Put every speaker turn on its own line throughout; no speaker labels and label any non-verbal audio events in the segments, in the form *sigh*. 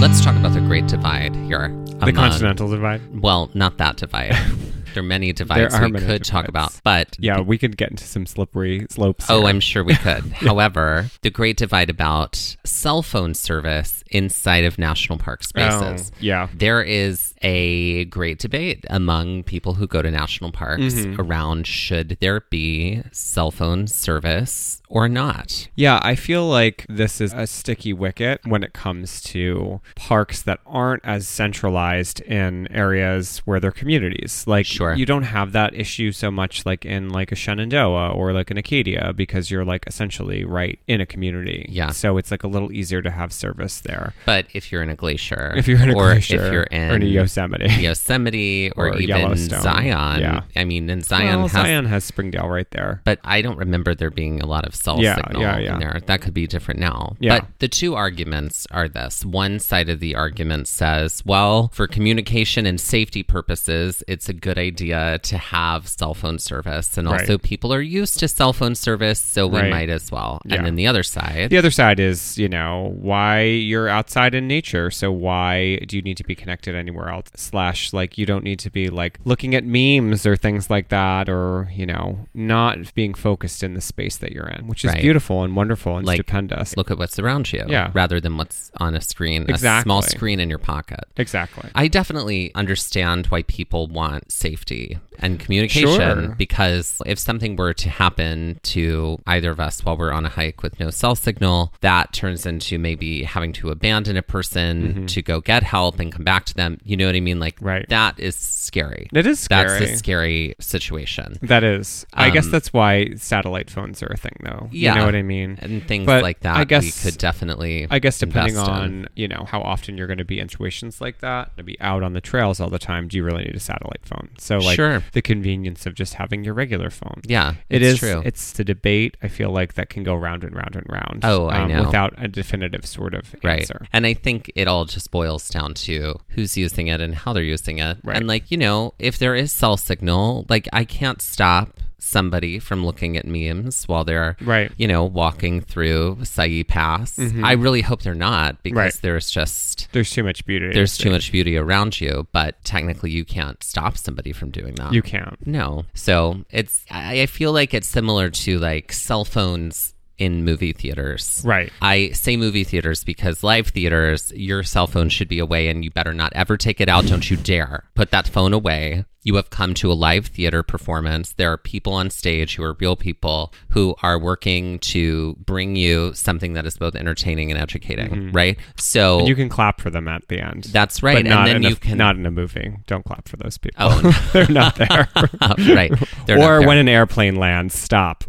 Let's talk about the Great Divide here.
the
among-
continental divide.
Well, not that divide.
*laughs*
there are many divides
are
we
many
could talk about,
divides.
but
Yeah, we could get into some slippery slopes.
oh,
here.
I'm sure
*laughs*
we could. However, the Great Divide about cell phone service inside of national park
Oh,
spaces.
yeah.
There is a great debate among people who go to national parks
Mm-hmm.
around should there be cell phone service or not.
Yeah, I
I feel like this is a sticky wicket when it comes to parks that aren't as centralized in areas where they're communities. Like
Sure.
you don't have that issue so much like in like a Shenandoah or like an Acadia because you're like essentially right in a community.
Yeah.
So it's like a little easier to have service there.
But if you're in a glacier,
If you're in a
or
glacier
if you're
or in
in
a Yosemite.
Yosemite, or,
Or
even
Yellowstone.
Zion,
Yeah.
I mean, and Zion
Well,
has
Zion has Springdale right there.
but I don't remember there being a lot of cell
Yeah,
signal
yeah, yeah.
in there. That could be different now.
Yeah.
But the two arguments are this. One side of the argument says, well, for communication and safety purposes, it's a good idea to have cell phone service. And
Right.
also, people are used to cell phone service, so we
Right.
might as well.
Yeah.
And then the other side.
The other side is, you know, why you're outside in nature. So why do you need to be connected anywhere else? Slash, like, you don't need to be like looking at memes or things like that, or, you know, not being focused in the space that you're in, which is
Right.
beautiful and wonderful and
Like,
stupendous.
Look at what's around you
Yeah.
rather than what's on a screen, a small
Exactly.
screen in your pocket.
exactly.
I definitely understand why people want safety and communication
Sure.
because if something were to happen to either of us while we're on a hike with no cell signal, that turns into maybe having to abandon a person
Mm-hmm.
to go get help and come back to them. You know what I mean? Like
Right.
that is scary.
That is
That's a
scary.
scary situation.
that is. I guess
Um,
that's why satellite phones are a thing, though.
yeah.
You know what I mean?
And things
But
like that
I
we
guess-
could definitely
I guess depending
invest in.
on, you know, how often you're going to be in situations like that, to be out on the trails all the time, do you really need a satellite phone? So like
Sure.
the convenience of just having your regular phone.
Yeah.
It
it's
is
true.
It's the debate I feel like that can go round and round and round. um,
Oh, I know.
Without a definitive sort of
Right.
answer.
And I think it all just boils down to who's using it and how they're using it.
Right.
And like, you know, if there is cell signal, like I can't stop somebody from looking at memes while they're
Right.
you know, walking through Sayi Pass. I really hope they're not because
Right.
there's just
There's too much beauty.
there's too much beauty around you, but technically you can't stop somebody from doing that.
You can't.
No. So it's I I feel like it's similar to like cell phones in movie theaters.
Right.
I say movie theaters because live theaters, your cell phone should be away and you better not ever take it out. Don't you dare put that phone away. You have come to a live theater performance. There are people on stage who are real people who are working to bring you something that is both entertaining and educating, right? So
Mm-hmm. You can clap for them at the end.
that's
But
right.
not
and then
in a,
you can
*laughs* not in a movie. Don't clap for those people.
Oh, no.
*laughs* They're not there.
*laughs* right. *laughs* They're not
or
there.
when an airplane lands, stop.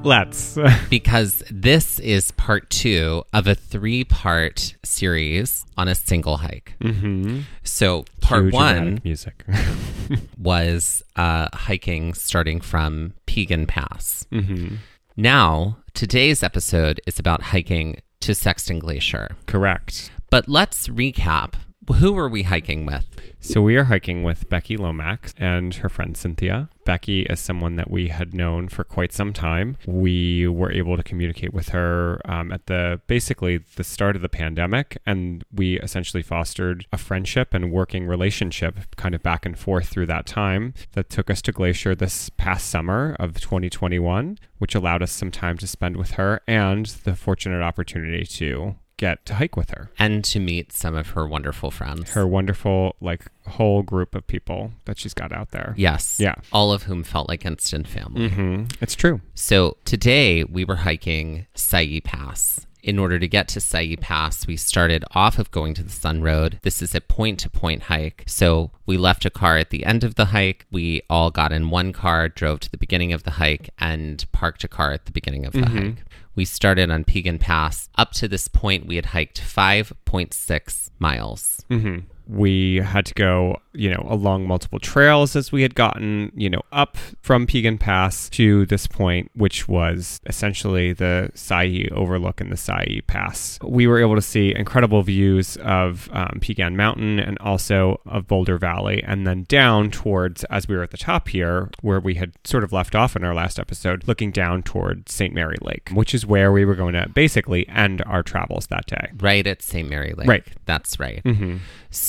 Let's.
because this is part two of a three part series on a single hike.
Mm.
Mm-hmm. So, part
Cue
one
dramatic music. *laughs*
was uh, hiking starting from Piegan Pass. Mm-hmm. Now, today's episode is about hiking to Sexton Glacier.
Correct.
But let's recap who were we hiking with?
So we are hiking with Becky Lomax and her friend Cynthia. Becky is someone that we had known for quite some time. We were able to communicate with her um, at the basically the start of the pandemic, and we essentially fostered a friendship and working relationship kind of back and forth through that time that took us to Glacier this past summer of 2021, which allowed us some time to spend with her and the fortunate opportunity to get to hike with her
And to meet some of her wonderful friends.
her wonderful like whole group of people that she's got out there.
Yes.
Yeah.
All of whom felt like instant family.
hmm It's true.
So today we were hiking Sayi Pass. In order to get to Sayi Pass, we started off of going to the Sun Road. This is a point to point hike. So we left a car at the end of the hike. We all got in one car, drove to the beginning of the hike, and parked a car at the beginning of the hike. We started on Piegan Pass. Up to this point, we had hiked 5.6 miles.
We had to go, you know, along multiple trails as we had gotten, you know, up from Piegan Pass to this point, which was essentially the Sayi overlook and the Sayi Pass. We were able to see incredible views of um, Piegan Mountain and also of Boulder Valley, and then down towards, as we were at the top here, where we had sort of left off in our last episode, looking down toward St. Mary Lake, which is where we were going to basically end our travels that day.
Right at St. Mary Lake.
Right.
That's right.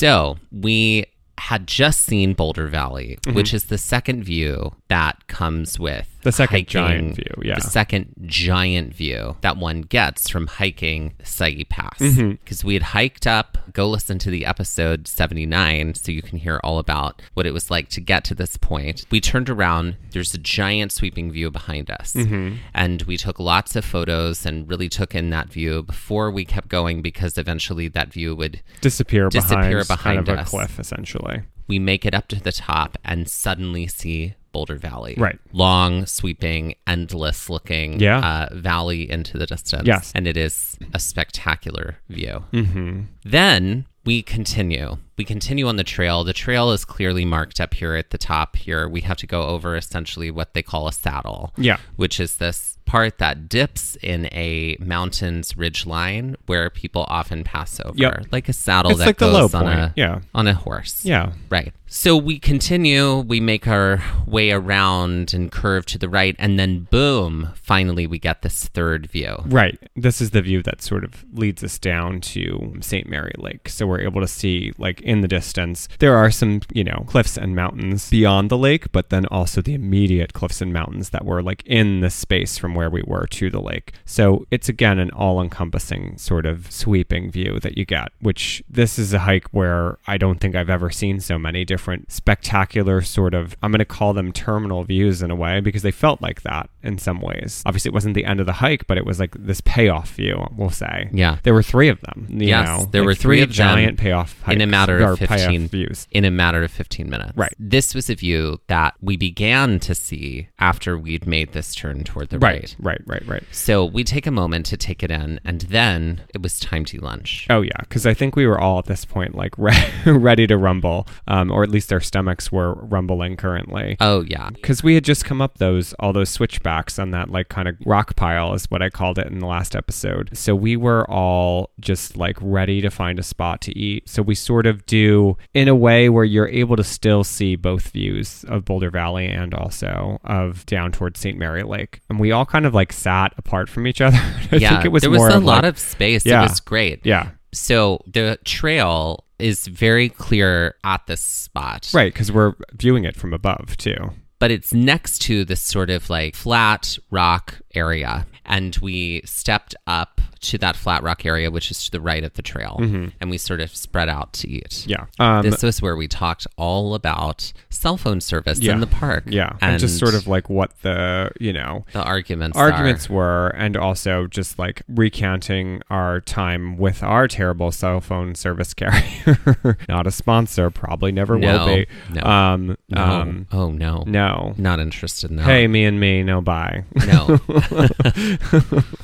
So we had just seen Boulder Valley, which is the second view that comes with
Mm-hmm. The second giant
hiking-
view, yeah.
The second giant view that one gets from hiking Sagi Pass. Because
Mm-hmm.
we had hiked up, go listen to the episode 79 so you can hear all about what it was like to get to this point. We turned around, there's a giant sweeping view behind us.
Mm-hmm.
And we took lots of photos and really took in that view before we kept going because eventually that view would
Disappear, behind,
Disappear
kind of
behind
a
us.
cliff, essentially.
we make it up to the top and suddenly see Boulder Valley.
Right.
Long, sweeping, endless looking
Yeah.
uh, valley into the distance.
Yes.
And it is a spectacular view. Mm-hmm. Then we continue. We continue on the trail. The trail is clearly marked up here at the top here. We have to go over essentially what they call a saddle.
Yeah.
Which is this part that dips in a mountain's ridge line where people often pass over.
Yep.
Like a saddle
It's
that
like the
goes
low
on
point.
a
Yeah.
on a horse.
Yeah.
Right. So we continue, we make our way around and curve to the right, and then boom, finally we get this third view.
Right. This is the view that sort of leads us down to St. Mary Lake. So we're able to see, like, in the distance, there are some, you know, cliffs and mountains beyond the lake, but then also the immediate cliffs and mountains that were, like, in the space from where where we were to the lake. So it's again an all encompassing sort of sweeping view that you get, which this is a hike where I don't think I've ever seen so many different spectacular sort of, I'm going to call them terminal views in a way because they felt like that in some ways. Obviously, it wasn't the end of the hike, but it was like this payoff view, we'll say.
Yeah.
There were three of them. You
Yes,
know,
there
like
were three of them
giant payoff hikes,
in a matter
or
of
payoff
15
views.
in a matter of 15 minutes
Right.
this was a view that we began to see after we'd made this turn toward the right,
Right, right, right, right.
so we take a moment to take it in and then it was time to lunch
Oh yeah, because I think we were all at this point like re- *laughs* ready to rumble, um, or at least our stomachs were rumbling currently.
oh yeah
Because we had just come up those all those switchbacks on that like kind of rock pile is what I called it in the last episode. So we were all just like ready to find a spot to eat. So we sort of do in a way where you're able to still see both views of Boulder Valley and also of down towards St. Mary Lake. And we all kind of like sat apart from each *laughs* other. I
yeah
think it was
there was
more
a lot
like-
of space
Yeah.
it was great
yeah.
so the trail is very clear at this spot
Right, because we're viewing it from above too.
but it's next to this sort of like flat rock area. And we stepped up to that flat rock area, which is to the right of the trail. And we sort of spread out to eat.
Mm-hmm. Yeah. Um,
this was where we talked all about cell phone service
Yeah.
in the park.
yeah, and, just sort of like what the you know
the arguments. are.
arguments were, and also just like recanting our time with our terrible cell phone service carrier. *laughs* Not a sponsor, probably never
No,
will be.
no,
um,
No.
um,
oh, no.
no.
Not interested in that.
Hey, me and me, no bye. *laughs*
No.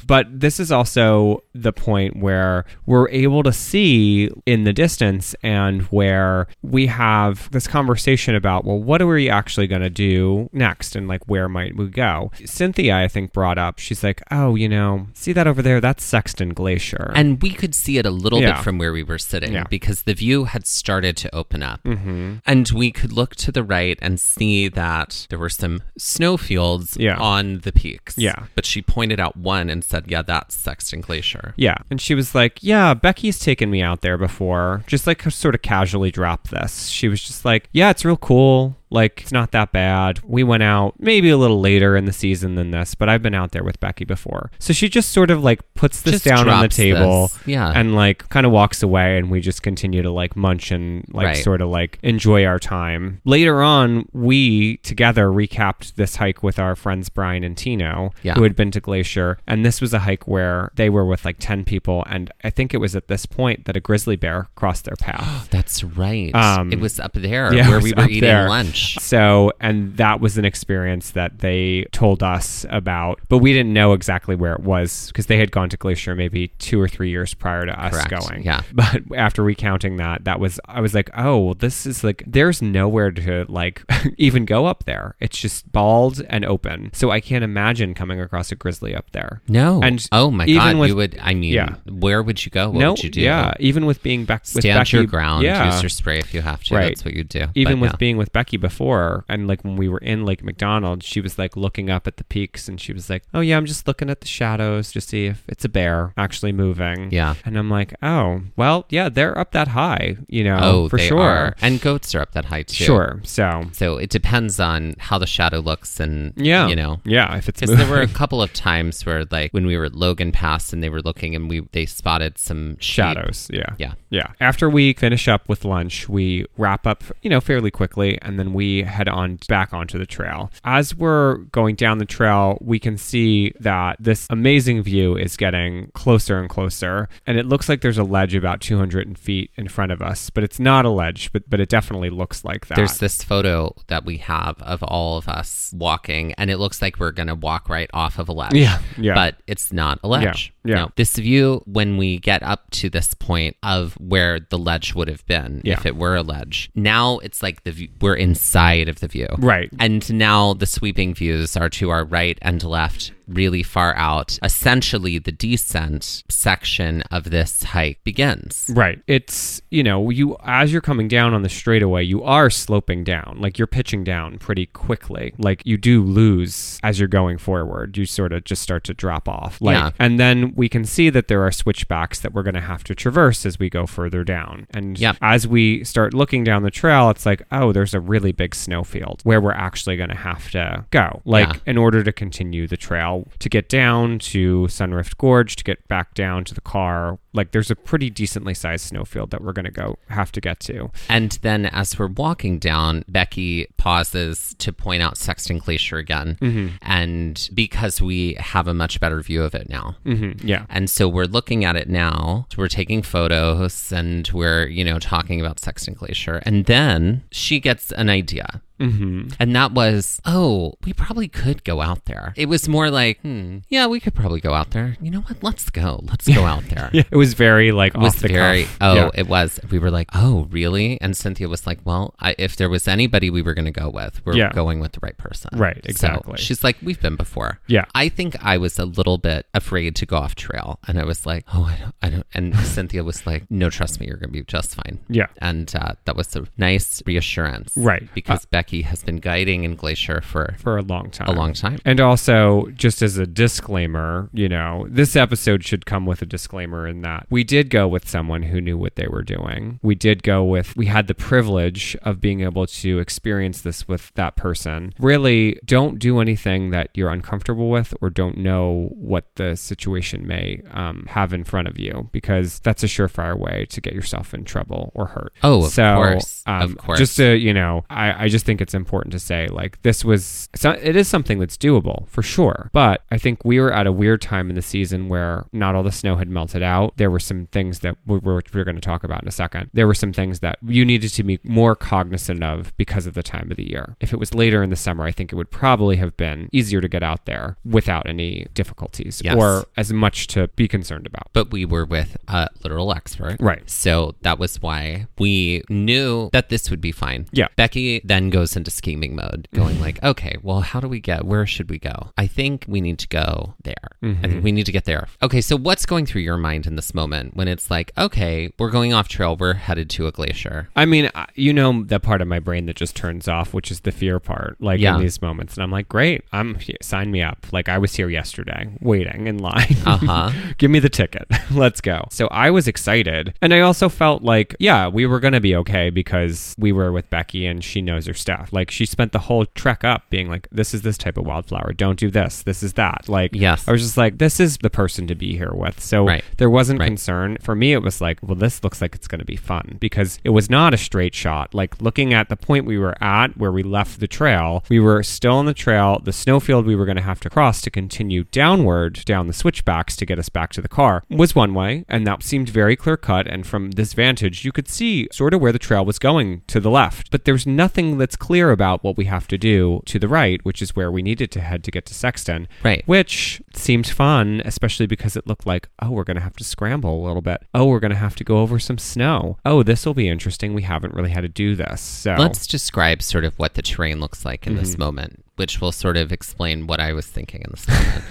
But this is also the point where we're able to see in the distance and where we have this conversation about, well, what are we actually going to do next? And like, where might we go? Cynthia, I think, brought up, she's like, oh, you know, see that over there? That's Sexton Glacier.
And we could see it a little
Yeah.
bit from where we were sitting
Yeah.
because the view had started to open up. Mm-hmm. And we could look to the right and see that there were some snow fields
Yeah.
on the peaks.
Yeah.
But she pointed out one and said, Yeah, that's Sexton Glacier.
yeah. And she was like, Yeah, Becky's taken me out there before. Just like sort of casually dropped this. She was just like, Yeah, it's real cool. Like, it's not that bad. We went out maybe a little later in the season than this, but I've been out there with Becky before. So she just sort of like puts this
Just
down on the
drops
table
this. Yeah.
and like kind of walks away. And we just continue to like munch and like
Right.
sort of like enjoy our time. Later on, we together recapped this hike with our friends Brian and Tino,
Yeah.
who had been to Glacier. And this was a hike where they were with like 10 people. And I think it was at this point that a grizzly bear crossed their path.
That's right.
Um,
it was up there
yeah, it
where
was
we were
up
eating
there.
lunch.
So, and that was an experience that they told us about, but we didn't know exactly where it was because they had gone to Glacier maybe two or three years prior to us
Correct.
going.
Yeah.
But after recounting that, that was, I was like, oh, well, this is like, there's nowhere to like *laughs* even go up there. It's just bald and open. So I can't imagine coming across a grizzly up there.
No.
And
oh my
even
God.
with-
you would, I mean,
Yeah.
where would you go? What
no,
would you do?
yeah, even with being back with
Stand
Becky,
your ground.
yeah,
Use your spray if you have to.
Right.
That's what you do.
even
But
with
yeah.
being with Becky before, and like when we were in Lake McDonald, she was like looking up at the peaks, and she was like, "Oh yeah, I'm just looking at the shadows to see if it's a bear actually moving."
Yeah.
and I'm like, "Oh, well, yeah, they're up that high, you know,
Oh,
for
they
sure,
are. And goats are up that high too.
sure." So
So it depends on how the shadow looks and,
yeah,
you know.
yeah, if it's
Because there
moving, *laughs*
were a couple of times where, like, when we were at Logan Pass and they were looking and we they spotted some sheep.
*laughs* shadows, yeah,
Yeah.
Yeah. After we finish up with lunch, we wrap up, you know, fairly quickly, and then we head on back onto the trail. As we're going down the trail, we can see that this amazing view is getting closer and closer, and it looks like there's a ledge about 200 feet in front of us, but it's not a ledge, but but it definitely looks like that.
There's this photo that we have of all of us walking, and it looks like we're going to walk right off of a ledge.
Yeah, yeah.
But it's not a ledge.
Yeah, yeah.
No. This view, when we get up to this point of where the ledge would have been
Yeah.
if it were a ledge, now it's like the view, we're inside of the view.
right.
And now the sweeping views are to our right and left, really far out. Essentially, the descent section of this hike begins.
Right. It's, you know, you as you're coming down on the straightaway, you are sloping down. Like you're pitching down pretty quickly. Like you do lose as you're going forward. You sort of just start to drop off. Like
Yeah.
and then we can see that there are switchbacks that we're going to have to traverse as we go further down. And
Yep.
as we start looking down the trail, it's like, "Oh, there's a really big snowfield where we're actually going to have to go." Like
Yeah.
in order to continue the trail, know, to get down to Sunrift Gorge, to get back down to the car. Like there's a pretty decently sized snowfield that we're going to go have to get to.
And then as we're walking down, Becky pauses to point out Sexton Glacier again. And because we have a much better view of it now.
Mm-hmm.
*laughs*
Yeah.
And so we're looking at it now. We're taking photos and we're, you know, talking about Sexton Glacier. And then she gets an idea. Mm-hmm. And that was, oh, we probably could go out there. It was more like, hmm, yeah, we could probably go out there. You know what? Let's go. Let's go out
*laughs*
there.
It was very like
It was
off the
very
cuff.
oh
Yeah.
it was we were like oh really and cynthia was like well I, if there was anybody we were going to go with we're
Yeah.
going with the right person
Right,
So
exactly.
she's like we've been before
Yeah.
i think i was a little bit afraid to go off trail and i was like oh i don't, I don't. and *laughs* cynthia was like no trust me you're going to be just fine
Yeah.
and uh, that was a nice reassurance
Right.
because becky has been guiding in glacier for
for a long time.
a long time
And also, just as a disclaimer, you know, this episode should come with a disclaimer in that we did go with someone who knew what they were doing. We did go with, we had the privilege of being able to experience this with that person. Really, don't do anything that you're uncomfortable with or don't know what the situation may um, have in front of you because that's a surefire way to get yourself in trouble or hurt. um,
Oh, of course. Of course.
Just to you know I, I just think it's important to say like this was so it is something that's doable for sure but i think we were at a weird time in the season where not all the snow had melted out there were some things that we we're, we're going to talk about in a second there were some things that you needed to be more cognizant of because of the time of the year if it was later in the summer i think it would probably have been easier to get out there without any difficulties
Yes.
or as much to be concerned about
but we were with a literal expert.
Right.
So that was why we knew that this would be fine.
Yeah.
Becky then goes into scheming mode,
*laughs*
going like, okay, well, how do we get, where should we go? I think we need to go there. I
Mm-hmm.
think we need to get there. Okay. So what's going through your mind in this moment when it's like, okay, we're going off trail, we're headed to a glacier?
I mean, I- you know that part of my brain that just turns off, which is the fear part, like
Yeah.
in these moments. And I'm like, great, I'm he- sign me up. Like I was here yesterday, waiting in line.
Uh-huh.
*laughs* Give me the ticket. Let's go. So I was excited, and I also felt like, yeah, we were gonna be okay because we were with Becky and she knows her stuff. Like she spent the whole trek up being like, this is this type of wildflower. Don't do this. This is that. Like,
Yes.
I was just like, this is the person to be here with. So
Right.
there wasn't
Right.
concern for me it was like well this looks like it's going to be fun because it was not a straight shot like looking at the point we were at where we left the trail we were still on the trail the snowfield we were going to have to cross to continue downward down the switchbacks to get us back to the car was one way and that seemed very clear cut and from this vantage you could see sort of where the trail was going to the left but there's nothing that's clear about what we have to do to the right which is where we needed to head to get to Sexton
Right.
which seemed fun, especially because it looked like, oh, we're going to have to scramble a little bit. Oh, we're going to have to go over some snow. Oh, this will be interesting. We haven't really had to do this. So,
Let's describe sort of what the terrain looks like in this moment, which will sort of explain what I was thinking in this moment.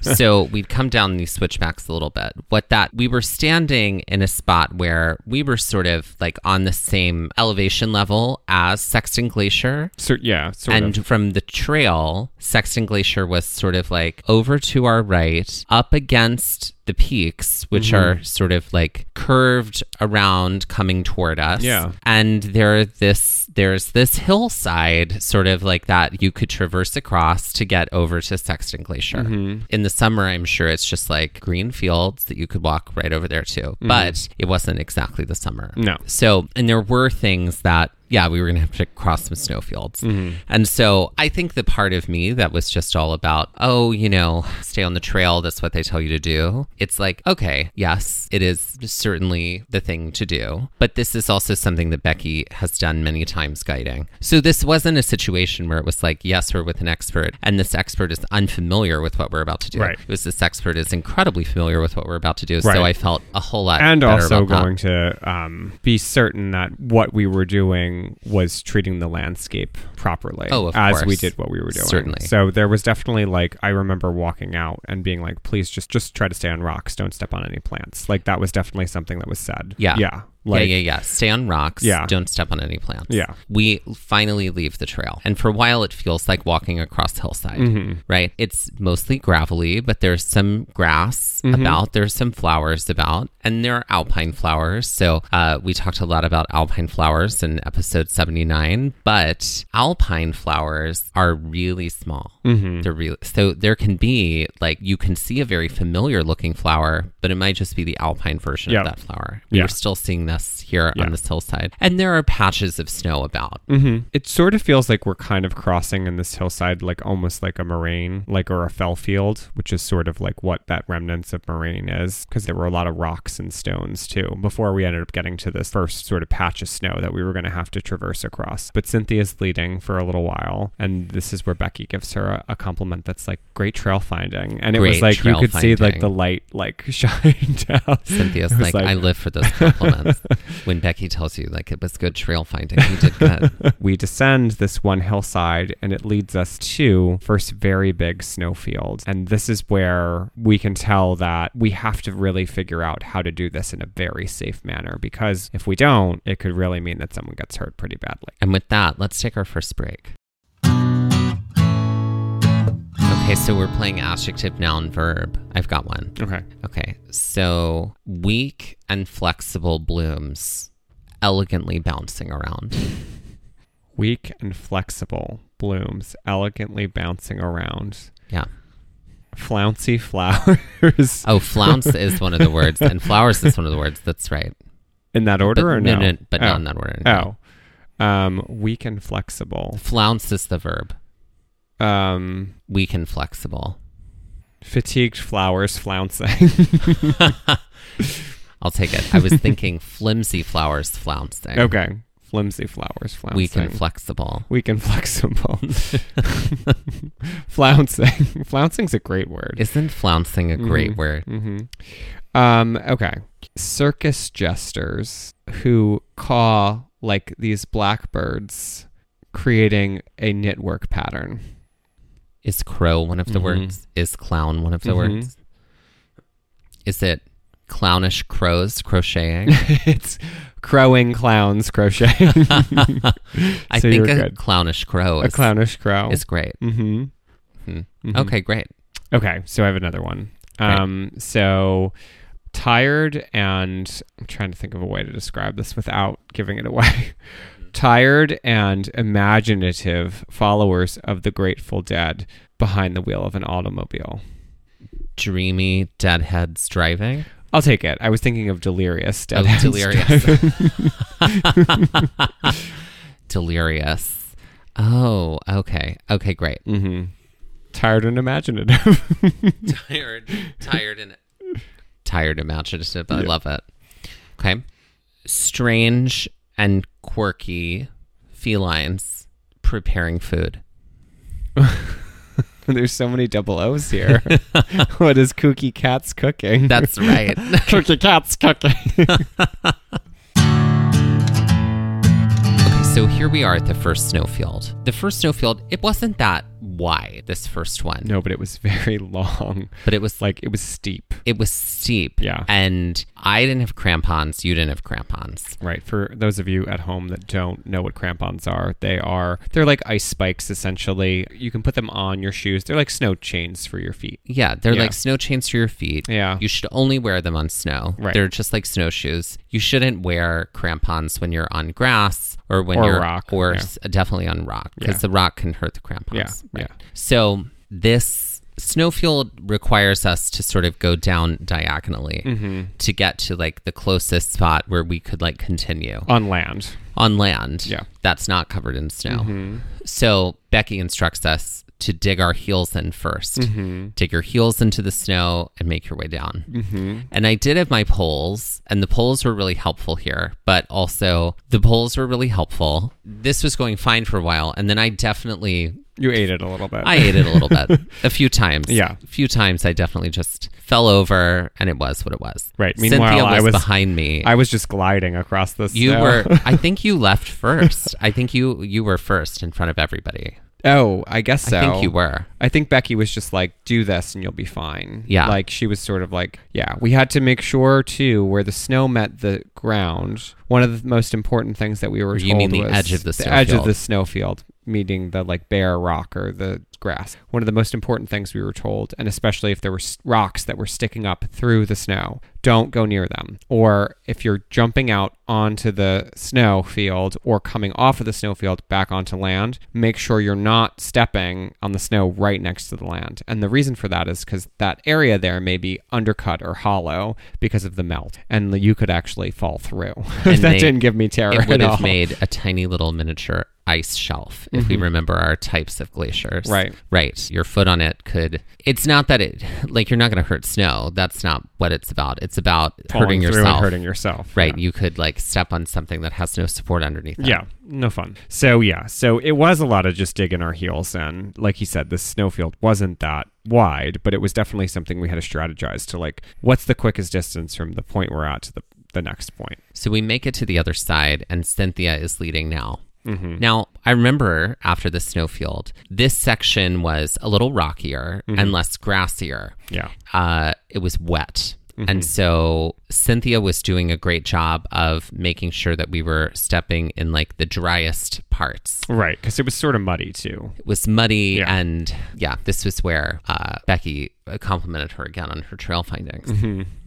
so we'd come down these switchbacks a little bit. What that we were standing in a spot where we were sort of like on the same elevation level as Sexton Glacier.
so yeah, sort
And
of.
from the trail, Sexton Glacier was sort of like over to our right, up against the peaks, which
Mm-hmm.
are sort of like curved around coming toward us.
Yeah.
And there this there's this hillside sort of like that you could traverse across to get over to Sexton Glacier.
Mm-hmm.
In the summer, I'm sure it's just like green fields that you could walk right over there to. But it wasn't exactly the summer.
Mm-hmm. No.
So, and there were things that, yeah, we were going to have to cross some snowfields.
Mm-hmm.
And so I think the part of me that was just all about, oh, you know, stay on the trail. That's what they tell you to do. It's like, okay, yes, it is certainly the thing to do. But this is also something that Becky has done many times guiding. So this wasn't a situation where it was like, yes, we're with an expert and this expert is unfamiliar with what we're about to do.
Right.
It was this expert is incredibly familiar with what we're about to do.
Right.
So I felt a whole lot
And
better
also
about that.
going to um, be certain that what we were doing was treating the landscape properly
Oh, of
as we
course.
did what we were doing.
Certainly.
So there was definitely like I remember walking out and being like, please just just try to stay on rocks, don't step on any plants. Like that was definitely something that was said.
Yeah.
Yeah. Like,
yeah, yeah, yeah. Stay on rocks.
Yeah.
Don't step on any plants.
Yeah.
We finally leave the trail. And for a while, it feels like walking across hillside,
Mm-hmm.
right? It's mostly gravelly, but there's some grass
Mm-hmm.
about, there's some flowers about, and there are alpine flowers. So uh, we talked a lot about alpine flowers in episode 79, but alpine flowers are really small.
Mm-hmm.
They're really, so there can be like, you can see a very familiar looking flower, but it might just be the alpine version
Yeah.
of that flower. We
Yeah.
were still seeing this here
Yeah. Mm-hmm.
on this hillside. And there are patches of snow about.
It sort of feels like we're kind of crossing in this hillside, like almost like a moraine, like or a fell field, which is sort of like what that remnants of moraine is, because there were a lot of rocks and stones too before we ended up getting to this first sort of patch of snow that we were going to have to traverse across. But Cynthia's leading for a little while, and this is where Becky gives her a, a compliment that's like great trail finding, and it was
Great
like you
trail
could see like
finding.
the light like *laughs* shined out.
Cynthia's
It was
like, I live for those
*laughs*
compliments. when Becky tells you, like, it was good trail finding, you
*laughs*
did good.
we descend this one hillside and it leads us to first very big snowfield and this is where we can tell that we have to really figure out how to do this in a very safe manner because if we don't it could really mean that someone gets hurt pretty badly
and with that, let's take our first break. Okay, so we're playing adjective, noun, verb. I've got one.
okay
Okay, so weak and flexible blooms elegantly bouncing around.
weak and flexible blooms elegantly bouncing around
Yeah.
flouncy flowers *laughs*
Oh, flounce is one of the words, and flowers is one of the words. That's right.
in that
But,
order or no,
no, but
oh.
not in that order. no.
oh um weak and flexible
Flounce is the verb.
um
Weak and flexible. *laughs*
fatigued flowers flouncing.
I'll take it. I
*laughs*
was thinking flimsy flowers flouncing.
okay. Flimsy flowers Oh, flouncing.
Weak and flexible.
Weak and
*laughs*
flexible. *laughs* flouncing. *laughs* Flouncing's a great word.
Isn't flouncing a great
Mhm.
word?
hmm Um, okay. Circus jesters who caw like these blackbirds, creating a knitwork pattern. *laughs*
Is crow one of the
Mhm.
words? Is clown one of the
Mhm.
words? Is it clownish
*laughs*
crows crocheting?
it's crowing clowns crocheting.
I
So
think
you're
a
good.
clownish
*laughs*
crow
a
is,
clownish crow.
is great.
mm-hmm.
Mhm.
Mhm.
Okay, great.
Okay, so I have another one.
Right.
Um, so tired and I'm trying to think of a way to describe this without giving it
*laughs*
away. tired and imaginative followers of the Grateful Dead behind the wheel of an automobile.
Dreamy deadheads driving.
I'll take it. I was thinking of delirious.
Oh,
Deadheads. *laughs*
delirious. *laughs* delirious. Oh, okay. Okay, great.
hmm Tired and imaginative. *laughs*
Tired, tired, and tired imaginative. I love it. Okay. Strange and quirky felines preparing food.
There's so many double O's
*laughs*
here. what is Kooky Cat's cooking?
That's right.
Kooky Cat's cooking.
*laughs* Okay, so here we are at the first snowfield. The first snowfield, it wasn't that wide, this first one,
*laughs* no, but it was very *laughs* long.
but it was like
Like it was steep.
it was steep.
Yeah.
And I didn't have crampons. You didn't have crampons.
Right. For those of you at home that don't know what crampons are, they are they're like ice spikes essentially. You can put them on your shoes. They're like snow chains for your feet.
Yeah, they're
Yeah.
like snow chains for your feet.
Yeah.
You should only wear them on snow.
Right.
They're just like snowshoes. You shouldn't wear crampons when you're on grass or when
Or
you're
rock,
or
yeah.
s- definitely on rock because
Yeah.
the rock can hurt the crampons.
Yeah,
Right.
yeah.
So this snowfield requires us to sort of go down diagonally
Mm-hmm.
to get to like the closest spot where we could like continue
on land.
on land
Yeah. Mm-hmm.
that's not covered in snow. So Becky instructs us to dig our heels in 1st
Mm-hmm.
Dig your heels into the snow and make your way down.
Mm-hmm.
And I did have my poles, and the poles were really helpful here, but also the poles were really helpful. This was going fine for a while, and then I definitely
You ate it a little bit.
I ate it a little
*laughs*
bit, a few times.
Yeah.
a few times I definitely just fell over, and it was what it was.
Right.
Cynthia
Meanwhile,
was,
I was-
behind me.
I was just gliding across the *laughs*
You
snow.
were. I think you left first. I think you you were first in front of everybody.
Oh, I guess so.
I think you were.
I think Becky was just like, do this and you'll be fine.
Yeah.
Like she was sort of like, yeah, we had to make sure too where the snow met the ground. One of the most important things that we were
You
told
mean the
was
edge of the
edge of
snowfield.
the snowfield, meaning the like bare rock or the grass. One of the most important things we were told, and especially if there were s- rocks that were sticking up through the snow, don't go near them. Or if you're jumping out onto the snow field or coming off of the snowfield back onto land, make sure you're not stepping on the snow right next to the land. And the reason for that is because that area there may be undercut or hollow because of the melt, and you could actually fall through. *laughs* that
And they-
didn't give me terror
It
at
would
all.
have made a tiny little miniature ice shelf if we remember our types of glaciers.
Mm-hmm. Right.
Right. Your foot on it could. It's not that it, like, you're not going to hurt snow. That's not what it's about. It's about
Falling
hurting
through and
yourself.
hurting yourself.
Right.
Yeah.
You could, like, step on something that has no support underneath it.
Yeah, no fun. So yeah, so it was a lot of just digging our heels in. Like he said, the snowfield wasn't that wide, but it was definitely something we had to strategize to like what's the quickest distance from the point we're at to the the next point.
So we make it to the other side, and Cynthia is leading now.
Mm-hmm.
Now, I remember after the snowfield, this section was a little rockier and less grassier.
Mm-hmm. Yeah. Mm-hmm.
Uh, it was wet. And so Cynthia was doing a great job of making sure that we were stepping in like the driest parts.
Right, cuz it was sort of muddy too.
It was muddy.
Yeah.
And yeah, this was where uh, Becky complimented her again on her trail findings.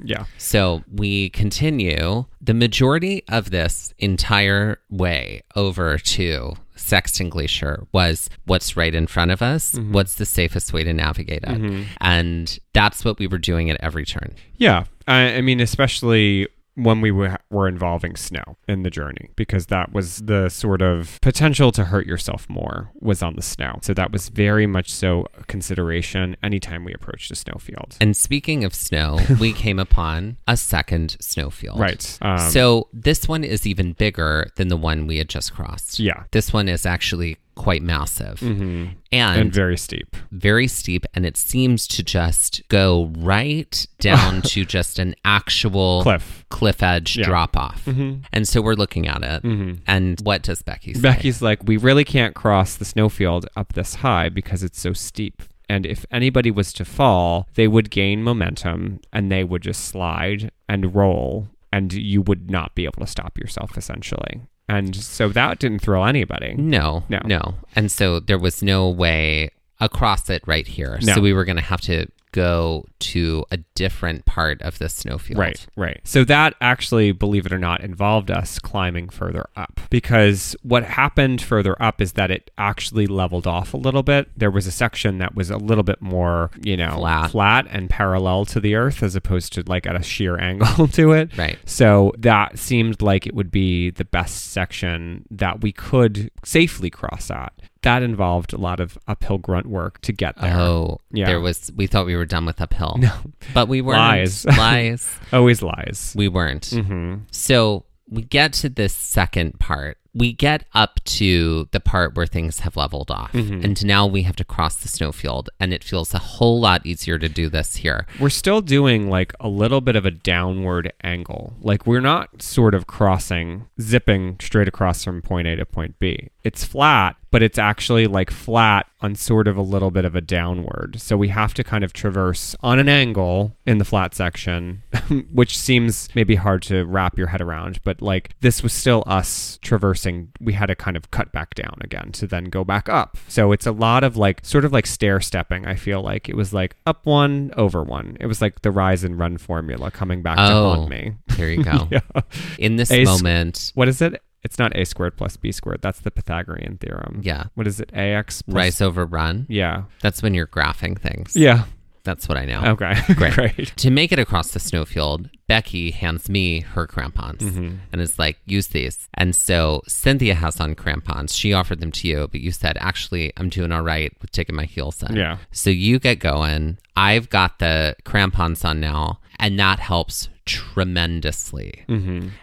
Yeah.
So we continue the majority of this entire way over to Sexton Glacier was what's right in front of us,
Mm-hmm.
what's the safest way to navigate it. And that's what we were doing at every turn.
Yeah. I, I mean, especially when we were, were involving snow in the journey, because that was the sort of potential to hurt yourself more was on the snow. So that was very much so a consideration anytime we approached a snowfield.
And speaking
*laughs*
of snow, we came upon a second snowfield.
Right. Um,
so this one is even bigger than the one we had just crossed.
Yeah. Mm-hmm.
This one is actually quite massive. And,
and very steep.
very steep and it seems to just go right
*laughs*
down to just an actual
Cliff.
cliff edge
Yeah. Mm-hmm.
drop off. And so we're looking at it. And what does Becky say?
Becky's like, we really can't cross the snowfield up this high because it's so steep. And if anybody was to fall, they would gain momentum and they would just slide and roll, and you would not be able to stop yourself, essentially. And so that didn't thrill anybody.
no,
No.
no, And so there was no way across it right here.
No.
So we were going to have to go to a different part of the snowfield.
Right, right. So that actually, believe it or not, involved us climbing further up because what happened further up is that it actually leveled off a little bit. There was a section that was a little bit more, you know,
Flat.
and parallel to the earth as opposed to like at a sheer *laughs* angle to it.
Right.
So that seemed like it would be the best section that we could safely cross at. That involved a lot of uphill grunt work to get there.
Oh,
Yeah.
there was, we thought we were done with uphill. No. But we weren't.
Lies.
Lies.
*laughs* Always lies.
We weren't.
Mhm.
So we get to this second part. We get up to the part where things have leveled off.
Mm-hmm.
And now we have to cross the snowfield. And it feels a whole lot easier to do this here.
we're still doing like a little bit of a downward angle. Like we're not sort of crossing, zipping straight across from point A to point B. It's flat, but it's actually like flat on sort of a little bit of a downward. So we have to kind of traverse on an angle in the flat section, *laughs* which seems maybe hard to wrap your head around, but like this was still us traversing. We had to kind of cut back down again to then go back up. So it's a lot of like sort of like stair stepping, I feel like. It was like up one, over one. It was like the rise and run formula coming back to
Oh.
haunt me. *laughs*
There you go. In this
Ace-
moment,
What is it? It's not a squared plus b squared. That's the Pythagorean theorem.
Yeah.
What is it? ax plus
rise over run.
Yeah.
That's when you're graphing things.
Yeah.
That's what I know.
Okay.
Oh,
*laughs*
Great.
Great.
To make it across the snowfield, Becky hands me her crampons and is like, use these. And so Cynthia has on crampons. She offered them to you, but you said, actually, I'm doing all right with taking my heels in.
Yeah.
So you get going. I've got the crampons on now, and that helps tremendously.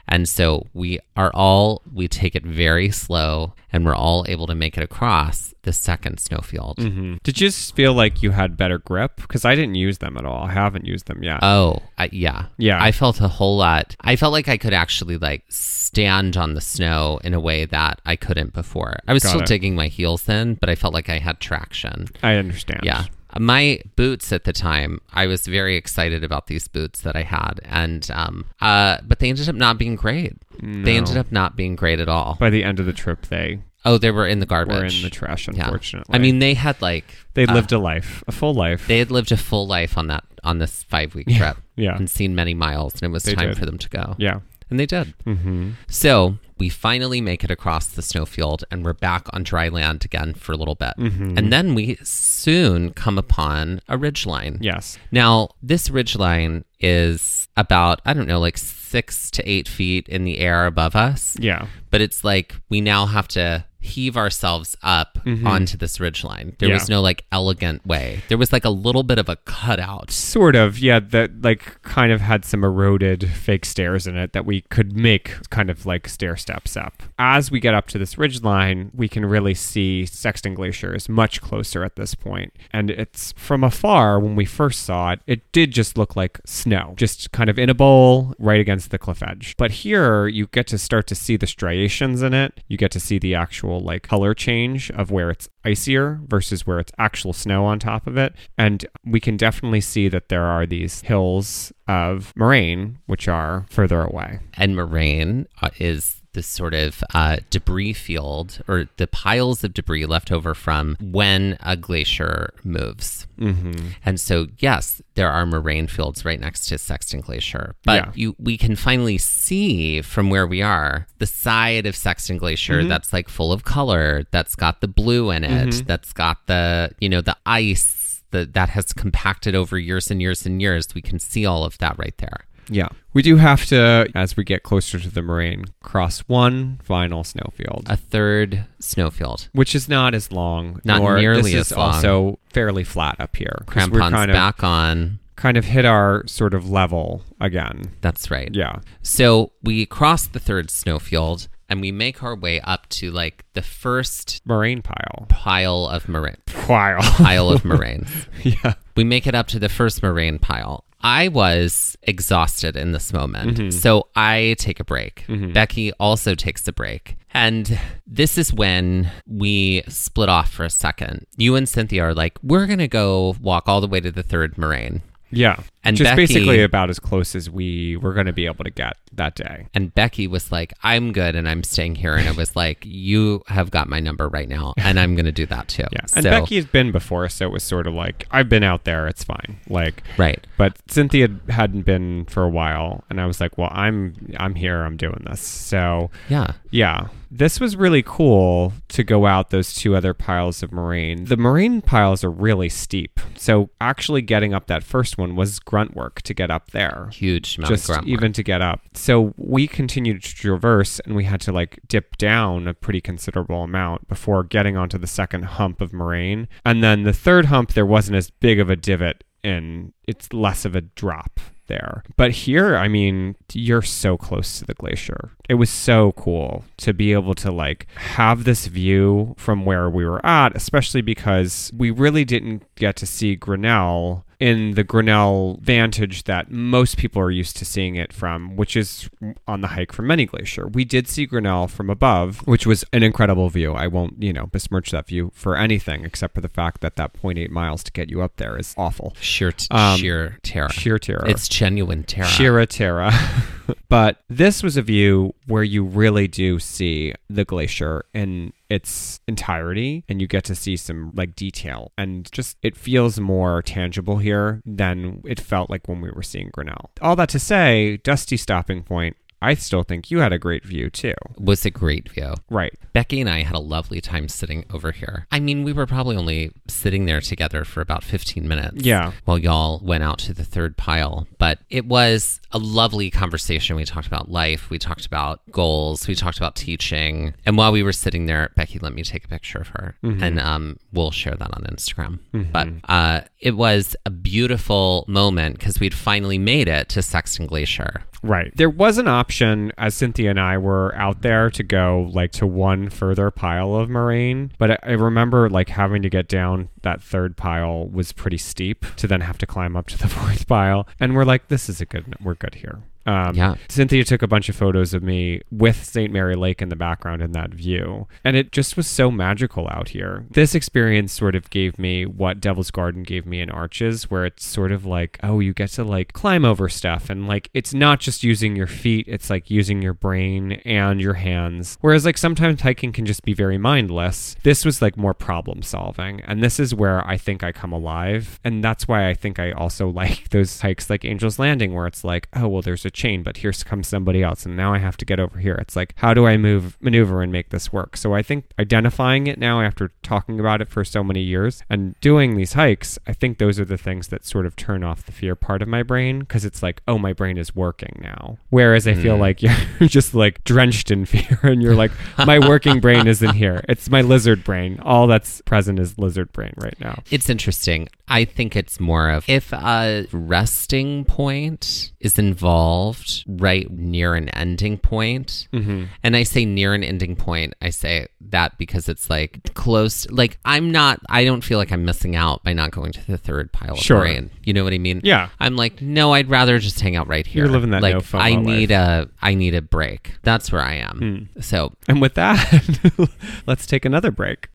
And so we are all, we take it very slow and we're all able to make it across the second snowfield.
Did you just feel like you had better grip? Because I didn't use them at all. I haven't used them yet.
Oh, I, yeah.
Yeah.
I felt a whole lot. I felt like I could actually like stand on the snow in a way that I couldn't before. I was
Got
still
it.
digging my heels in, but I felt like I had traction.
I understand.
Yeah. My boots at the time, I was very excited about these boots that I had, and um, uh, but they ended up not being great. They ended up not being great at all.
By the end of the trip, they
oh, they were in the garbage.
were in the trash.
Yeah.
Unfortunately,
I mean, they had like
they
uh,
lived a life, a full life.
they had lived a full life on that on this five week trip.
yeah.
and seen many miles, and it was
They
time
did.
for them to go.
yeah.
And they did.
Mm-hmm.
So we finally make it across the snowfield and we're back on dry land again for a little bit.
Mm-hmm.
And then we soon come upon a ridgeline.
Yes.
Now, this ridgeline is about, I don't know, like six to eight feet in the air above us.
Yeah.
But it's like we now have to heave ourselves up onto this ridgeline.
Mm-hmm.
There
Yeah.
was no like elegant way, there was like a little bit of a cutout.
Sort of, yeah. That like kind of had some eroded fake stairs in it that we could make kind of like stair steps up. As we get up to this ridge line, we can really see Sexton Glacier is much closer at this point, and it's from afar when we first saw it. It did just look like snow, just kind of in a bowl right against the cliff edge. But here you get to start to see the striations in it. You get to see the actual like color change of where it's icier versus where it's actual snow on top of it. And we can definitely see that there are these hills of moraine, which are further away.
and moraine uh, is this sort of uh, debris field or the piles of debris left over from when a glacier moves. Mm-hmm. And so, yes, there are moraine fields right next to Sexton Glacier, but
Yeah.
you, we can finally see from where we are the side of Sexton Glacier that's like full of color, that's got the blue in it, that's got the, you know, the ice. That, that has compacted over years and years and years. We can see all of that right there.
Yeah. We do have to, as we get closer to the moraine, cross one final snowfield.
A third snowfield.
which is not as long.
Not
nor-
nearly
this
as
is
long.
also fairly flat up here. 'cause we're
crampon's
kind of,
back on.
kind of hit our sort of level again.
That's right.
Yeah.
So we cross the third snowfield and we make our way up to like the first
Moraine pile.
pile of moraine.
Pile. *laughs*
Pile of moraines.
yeah.
We make it up to the first moraine pile. I was exhausted in this moment.
Mm-hmm.
So I take a break. Becky also takes a break. And this is when we split off for a second. You and Cynthia are like, we're going to go walk all the way to the third moraine.
Yeah.
And
just
Becky-
basically about as close as we were going to be able to get that day.
And Becky was like, I'm good and I'm staying here. And I was like, You have got my number right now. And I'm going to do that too.
Yeah. And Becky's been before, so it was sort of like, I've been out there. It's fine. Like,
Right.
But Cynthia hadn't been for a while, and I was like, "Well, I'm I'm here. I'm doing this." So
Yeah.
Yeah. This was really cool to go out those two other piles of moraine. The moraine piles are really steep. So actually getting up that first one was grunt work to get up there.
Huge amount
Just
of grunt work.
even to get up. So we continued to traverse and we had to like dip down a pretty considerable amount before getting onto the second hump of moraine. And then the third hump, there wasn't as big of a divot and it's less of a drop there. But here, I mean, you're so close to the glacier. It was so cool to be able to like have this view from where we were at, especially because we really didn't get to see Grinnell in the Grinnell vantage that most people are used to seeing it from, which is on the hike from Many Glacier. We did see Grinnell from above, which was an incredible view. I won't, you know, besmirch that view for anything except for the fact that that 0.8 miles to get you up there is awful.
sheer, t-
um,
sheer terror.
Sheer terror.
It's genuine terror.
Shira Terra. *laughs* but this was a view where you really do see the glacier in its entirety and you get to see some like detail and just it feels more tangible here than it felt like when we were seeing Grinnell. All that to say, dusty stopping point. I still think you had a great view too.
was a great view.
Right.
Becky and I had a lovely time sitting over here. I mean, we were probably only sitting there together for about 15 minutes.
Yeah.
While y'all went out to the third pile. But it was a lovely conversation. We talked about life, we talked about goals, we talked about teaching. And while we were sitting there, Becky let me take a picture of her and um, we'll share that on Instagram. But uh, it was a beautiful moment because we'd finally made it to Sexton Glacier.
Right. There was an option as Cynthia and I were out there to go like to one further pile of moraine, but I, I remember like having to get down that third pile was pretty steep to then have to climb up to the *laughs* fourth pile, and we're like, this is a good. We're good here. Um,
Yeah.
Cynthia took a bunch of photos of me with St. Mary Lake in the background in that view. And it just was so magical out here. This experience sort of gave me what Devil's Garden gave me in Arches, where it's sort of like, oh, you get to like climb over stuff. And like, it's not just using your feet, it's like using your brain and your hands. Whereas like sometimes hiking can just be very mindless. This was like more problem solving. And this is where I think I come alive. And that's why I think I also *laughs* like those hikes like Angel's Landing, where it's like, oh, well, there's a chain, but here comes somebody else. And now I have to get over here. It's like, how do I move, maneuver, and make this work? So I think identifying it now after talking about it for so many years and doing these hikes, I think those are the things that sort of turn off the fear part of my brain because it's like, oh, my brain is working now. Whereas I feel like *laughs* you're just like drenched in fear and you're like, my working brain isn't here. It's my lizard brain. All that's present is lizard brain right now.
It's interesting. I think it's more of if a resting point is involved right near an ending point,
Mm-hmm.
and I say near an ending point, I say that because it's like close. Like I'm not. I don't feel like I'm missing out by not going to the third pile of
Sure.
grain. You know what I mean?
Yeah.
I'm like, no, I'd rather just hang out right here.
You're living that
like
no FOMO
I need a. I need a break. That's where I am.
Hmm.
So
And with that, *laughs* let's take another break.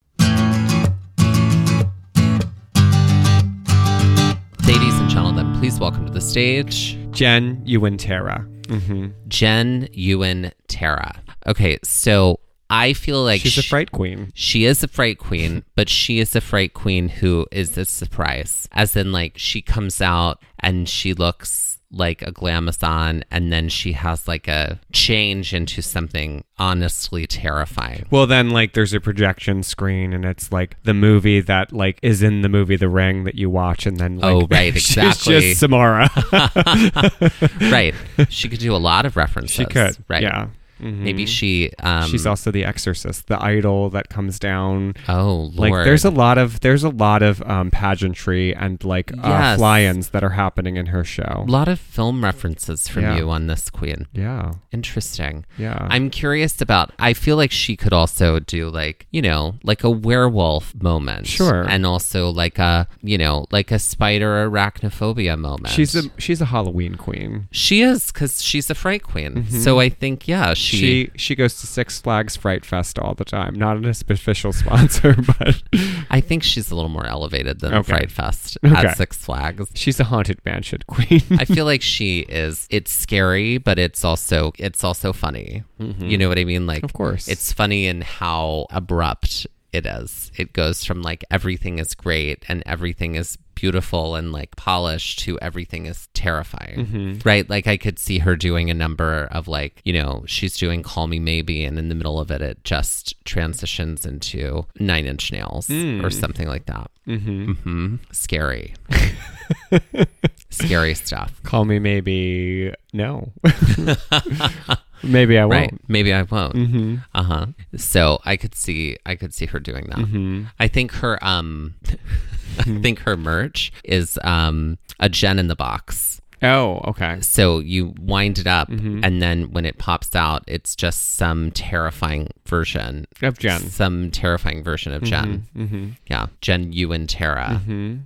ladies and gentlemen, please welcome to the stage.
Jen, you and Tara. Mm-hmm.
Jen Ewan Tara. Okay, so I feel like
She's a
sh-
fright queen.
She is a fright queen, *laughs* but she is a fright queen who is a surprise. As in, like, she comes out and she looks like a glamazon, and then she has like a change into something
*laughs*
honestly terrifying.
Well, then, like, there's a projection screen, and it's like the movie that like is in the movie The Ring that you watch, and then like, *laughs*
Oh, right,
She's
exactly.
just
*laughs*
Samara. *laughs*
right. She could do a lot of references.
she could,
Right.
Yeah, Mhm.
Maybe she. Um,
she's also the Exorcist, the idol that comes down.
Oh, Lord.
Like, there's a lot of there's a lot of um, pageantry and like uh,
Yes.
fly-ins that are happening in her show.
lot of film references from
Yeah.
you on this queen.
yeah,
Interesting.
yeah.
I'm curious about. I feel like she could also do like you know like a werewolf moment,
Sure.
and also like a you know like a spider arachnophobia moment.
she's a she's a Halloween queen.
she is because she's a fright queen. So I think yeah she,
Mm-hmm. She she goes to Six Flags Fright Fest all the time. Not an official *laughs* sponsor, but
I think she's a little more elevated than
Okay.
Fright Fest
Okay.
at Six Flags.
she's a haunted mansion queen.
I feel like she is. It's scary, but it's also it's also funny. You know what I mean? Like,
*laughs* Mm-hmm. Of course.
it's funny in how abrupt it is. It goes from like everything is great and everything is beautiful and like polished to everything is terrifying. Right? Like I could see her doing a number of like, you know, she's doing Call Me Maybe and in the middle of it it just transitions into 9 inch nails or something like that. Mhm. Mhm. Scary. Scary stuff.
Call me maybe *laughs* no. maybe I won't. Mm-hmm.
right maybe i won't uh-huh so i could see i could see her doing that i think her um *laughs* i think her merch is um a gen in the box
Oh, okay.
so you wind it up and then when it pops out it's just some terrifying version
Of Jen. Mm-hmm.
some terrifying version of jen yeah jen you and tara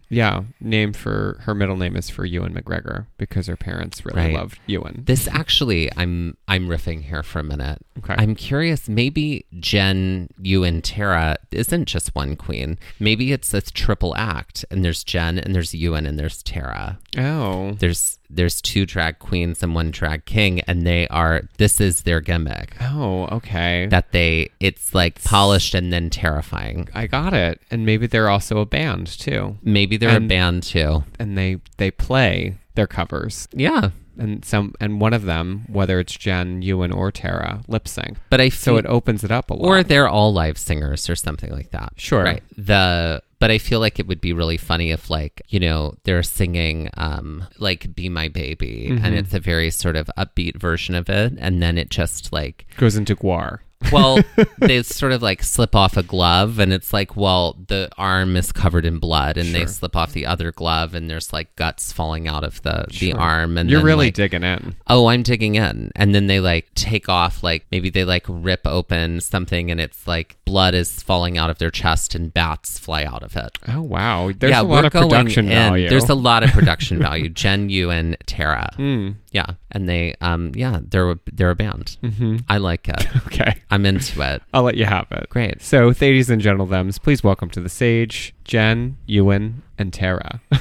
Yeah, name for her middle name is for Ewan McGregor because her parents really
Right.
loved Ewan.
This actually, I'm I'm riffing here for a minute.
Okay.
I'm curious. Maybe Jen, you and Tara isn't just one queen. Maybe it's a triple act, and there's Jen, and there's Ewan, and there's Tara.
Oh,
There's there's two drag queens and one drag king, and they are. This is their gimmick
oh, okay.
that they. It's like polished and then terrifying.
I got it. And maybe they're also a band too,
Maybe they're
And-
a band too.
and they they play their covers.
Yeah.
and some and one of them, whether it's Jen, Ewan, or Tara, lip sync.
But I
So
feel-
it opens it up a lot.
Mm. or they're all live singers or something like that.
Sure.
Right. The but I feel like it would be really funny if like, you know, they're singing um like Be My Baby
Mm-hmm.
and it's a very sort of upbeat version of it and then it just like
goes into Guar. *laughs*
well, they sort of like slip off a glove and it's like, well, the arm is covered in blood and they slip off the other glove and there's like guts falling out of the the arm and
You're
then,
really
like,
digging in.
oh, I'm digging in. And then they like take off, like maybe they like rip open something and it's like blood is falling out of their chest and bats fly out of it.
Oh wow, there's
yeah,
a
we're
lot of
going
production
in.
value.
There's a lot of production value. Jen, you and Tara.
Hmm.
Yeah. And they, um, yeah, they're, a- they're a band. Mm-hmm. I like
*laughs*
it.
*laughs* okay.
I'm into it.
I'll let you have it.
Great.
So, ladies and gentlemen, please welcome to the stage Jen, Ewan, and Tara. *laughs*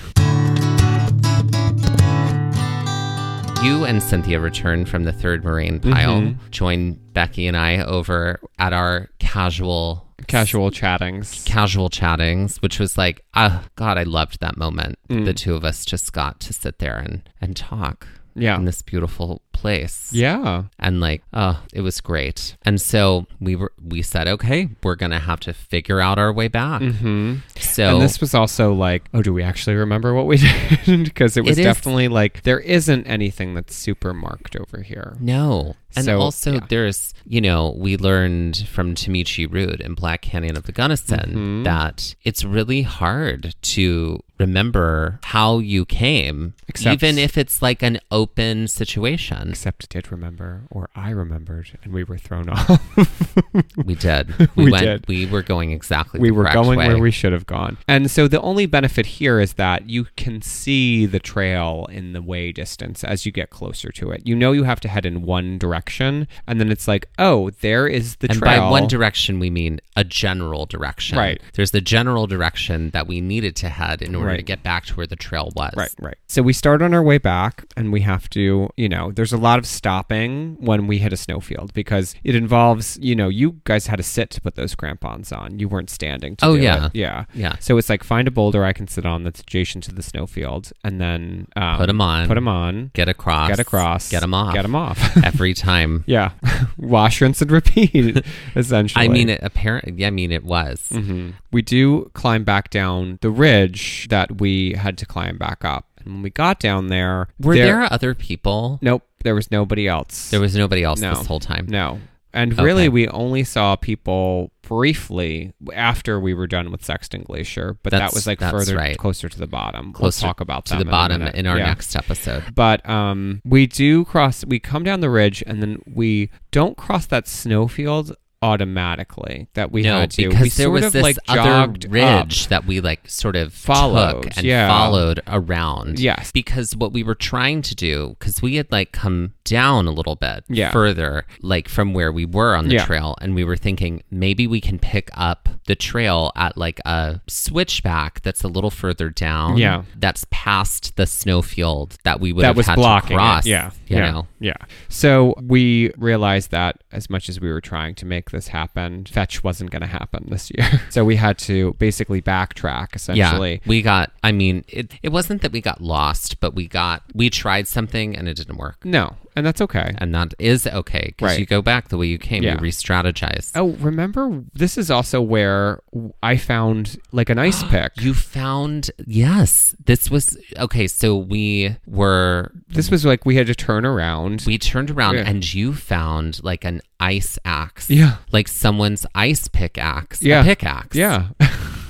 You and Cynthia returned from the third Marine pile,
Mm-hmm.
join Becky and I over at our casual
Casual chattings.
casual chattings, which was like, oh God, I loved that moment.
Mm.
The two of us just got to sit there and and talk
Yeah.
in this beautiful place.
Yeah.
And like, oh, it was great. And so we were we said, okay, we're gonna have to figure out our way back. Mm-hmm. So
Hmm. And this was also like, oh, do we actually remember what we *laughs* did? Because it was
It is-
definitely like, there isn't anything that's super marked over here.
no. And
So,
also
yeah.
there's, you know, we learned from Tamichi Rood and Black Canyon of the Gunnison
Mm-hmm.
that it's really hard to remember how you came,
Except-
even if it's like an open
*laughs*
situation.
Except did remember, or I remembered, and we were thrown *laughs* off.
We did.
*laughs* We
went.
did.
We were going exactly.
we
the
were
correct
going
way.
where we should have gone. And so the only benefit here is that you can see the trail in the way distance as you get closer to it. You know you have to head in one direction, and then it's like, oh, there is the
And
trail.
by one direction, we mean a general direction.
Right.
There's the general direction that we needed to head in order to
Right.
get back to where the trail was.
Right, right. So we start on our way back, and we have to, you know, there's a lot of stopping when we hit a snowfield because it involves, you know, you guys had to sit to put those crampons on. You weren't standing. To
Oh,
do
yeah.
it. yeah,
Yeah.
So it's like find a boulder I can sit on that's adjacent to the snowfield, and then um,
Put 'em on.
Put them on.
Get across.
Get across.
Get them off.
Get them
*laughs*
off. *laughs*
Every time.
yeah, *laughs* wash, rinse, and repeat. essentially,
*laughs* I mean, it apparent. Yeah, I mean, it was.
Mm-hmm. we do climb back down the ridge that we had to climb back up. And when we got down there,
Were there, other people?
Nope, there was nobody else.
There was nobody else
No.
this whole time.
no. And really,
Okay.
we only saw people briefly after we were done with Sexton Glacier, but
That's-
that was like
that's
further
right.
closer to the bottom.
Closer
we'll talk about
to
them
the
in a
bottom
minute.
in our
Yeah.
next episode.
But um, we do cross. We come down the ridge, and then we don't cross that snowfield automatically that we
no,
had to.
because
we
there
sort
was
of
this
like
other
jogged up.
ridge that we like sort of
Followed,
took and
yeah.
followed around.
Yes.
because what we were trying to do, because we had like come down a little bit
Yeah.
further, like from where we were on the
Yeah.
trail, and we were thinking maybe we can pick up the trail at like a switchback that's a little further down.
Yeah.
that's past the snowfield that we would
that
have
was
had
blocking.
to cross.
It. Yeah,
you
yeah,
know.
yeah. So we realized that as much as we were trying to make this happen, fetch wasn't going to happen this year. *laughs* so we had to basically backtrack essentially.
Yeah, we got. I mean, it, it wasn't that we got lost, but we got we tried something and it didn't work,
No, and that's okay.
and that is okay because
Right.
you go back the way you came,
Yeah.
you re-strategize.
Oh, remember this is also where I found like an
*gasps*
ice pick.
You found yes, this was okay. So we were
this was like we had to turn around.
we turned around
Yeah.
and you found like an ice axe,
Yeah.
like someone's ice pickaxe,
Yeah.
a pickaxe,
yeah, *laughs*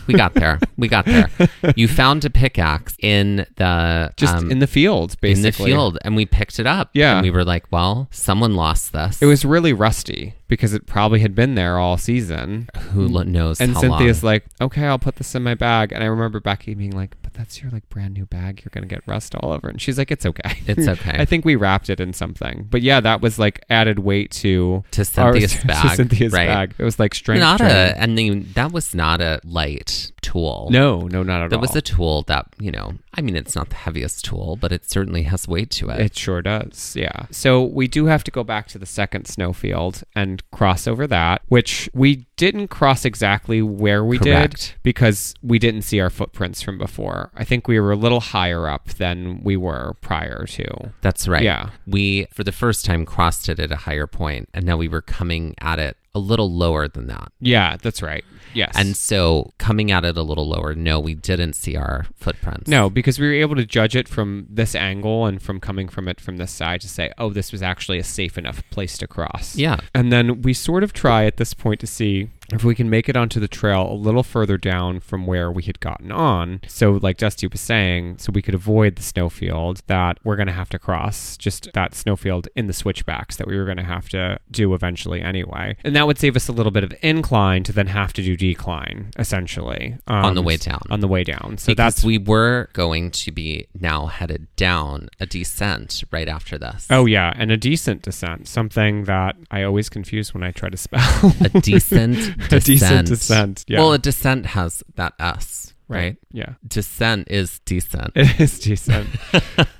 We got there, we got there. You found a pickaxe in the
just
um,
in the field
in the
basically.
field and we picked it up.
Yeah.
And we were like, well, someone lost this.
It was really rusty because it probably had been there all season.
who lo- knows
And
how
Cynthia's
long.
like, okay, I'll put this in my bag. And I remember Becky being like, but that's your like brand new bag. You're gonna get rust all over. And she's like, it's okay. *laughs*
It's okay.
I think we wrapped it in something. But yeah, that was like added weight to
To
our- *laughs*
Cynthia's
to
bag,
Cynthia's
right.
bag. It was like strength.
not
training.
a, I mean, that was not a light tool.
No, no, not at
That
all.
was a tool that, you know, I mean, it's not the heaviest tool, but it certainly has weight to it.
It sure does. Yeah. So we do have to go back to the second snowfield and cross over that, which we didn't cross exactly where we
Correct.
did because we didn't see our footprints from before. I think we were a little higher up than we were prior to.
That's right.
Yeah.
We, for the first time, crossed it at a higher point, and now we were coming at it a little lower than that.
Yeah, that's right. Yes.
And so, coming at it a little lower, no, we didn't see our footprints.
no, because we were able to judge it from this angle and from coming from it from this side to say, oh, this was actually a safe enough place to cross.
Yeah.
And then we sort of try at this point to see if we can make it onto the trail a little further down from where we had gotten on. So, like Dusty was saying, so we could avoid the snowfield that we're going to have to cross, just that snowfield in the switchbacks that we were going to have to do eventually anyway. And that would save us a little bit of incline to then have to do decline, essentially. um,
On the way down.
On the way down. So
Because
that's.
we were going to be now headed down a descent right after this.
Oh yeah, and a decent descent, something that I always confuse when I try to spell. *laughs*
A decent descent.
A decent descent, yeah.
Well, a descent has that S, right?
Yeah. *laughs*
Descent is decent.
It is decent.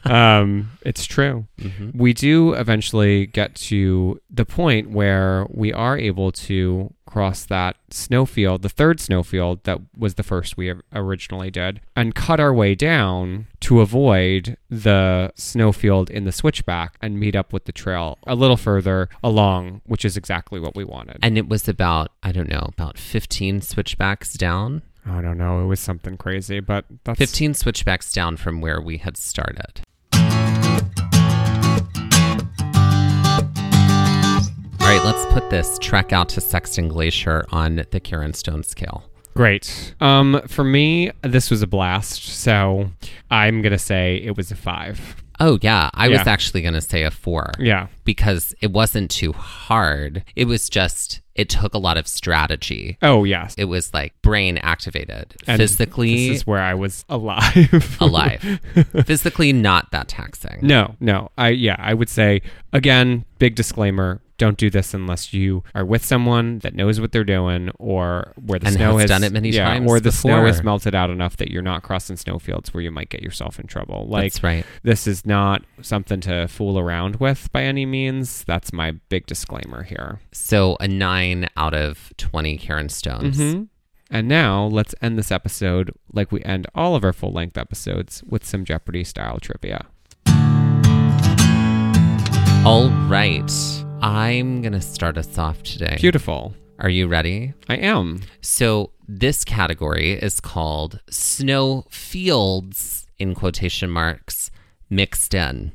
um, it's true. We do eventually get to the point where we are able to cross that snowfield, the third snowfield that was the first we originally did, and cut our way down to avoid the snowfield in the switchback and meet up with the trail a little further along, which is exactly what we wanted.
And it was about, I don't know, about 15 switchbacks down.
I don't know. It was something crazy, but that's
15 switchbacks down from where we had started. All right, let's put this trek out to Sexton Glacier on the Karen Stone scale.
Great. Um, for me, this was a blast. So I'm gonna say it was a five.
Oh, yeah. I was
Yeah.
actually going to say a four
Yeah.
because it wasn't too hard. It was just, it took a lot of strategy.
Oh yes.
It was like brain activated,
And
physically
this is where I was *laughs* alive. *laughs*
alive, physically not that taxing.
no, no. I yeah. I would say again, big disclaimer. Don't do this unless you are with someone that knows what they're doing, or where the
And
snow
has
has
done it many
yeah,
times
or the snow
before.
has melted out enough that you're not crossing snowfields where you might get yourself in trouble. Like
That's right.
this is not something to fool around with by any means. That's my big disclaimer here.
So a nine out of 20 Karen Stones.
Mhm. And now let's end this episode like we end all of our full length episodes with some Jeopardy style trivia.
All right. I'm going to start us off today.
Beautiful.
Are you ready?
I am.
So, this category is called snow fields in quotation marks mixed in.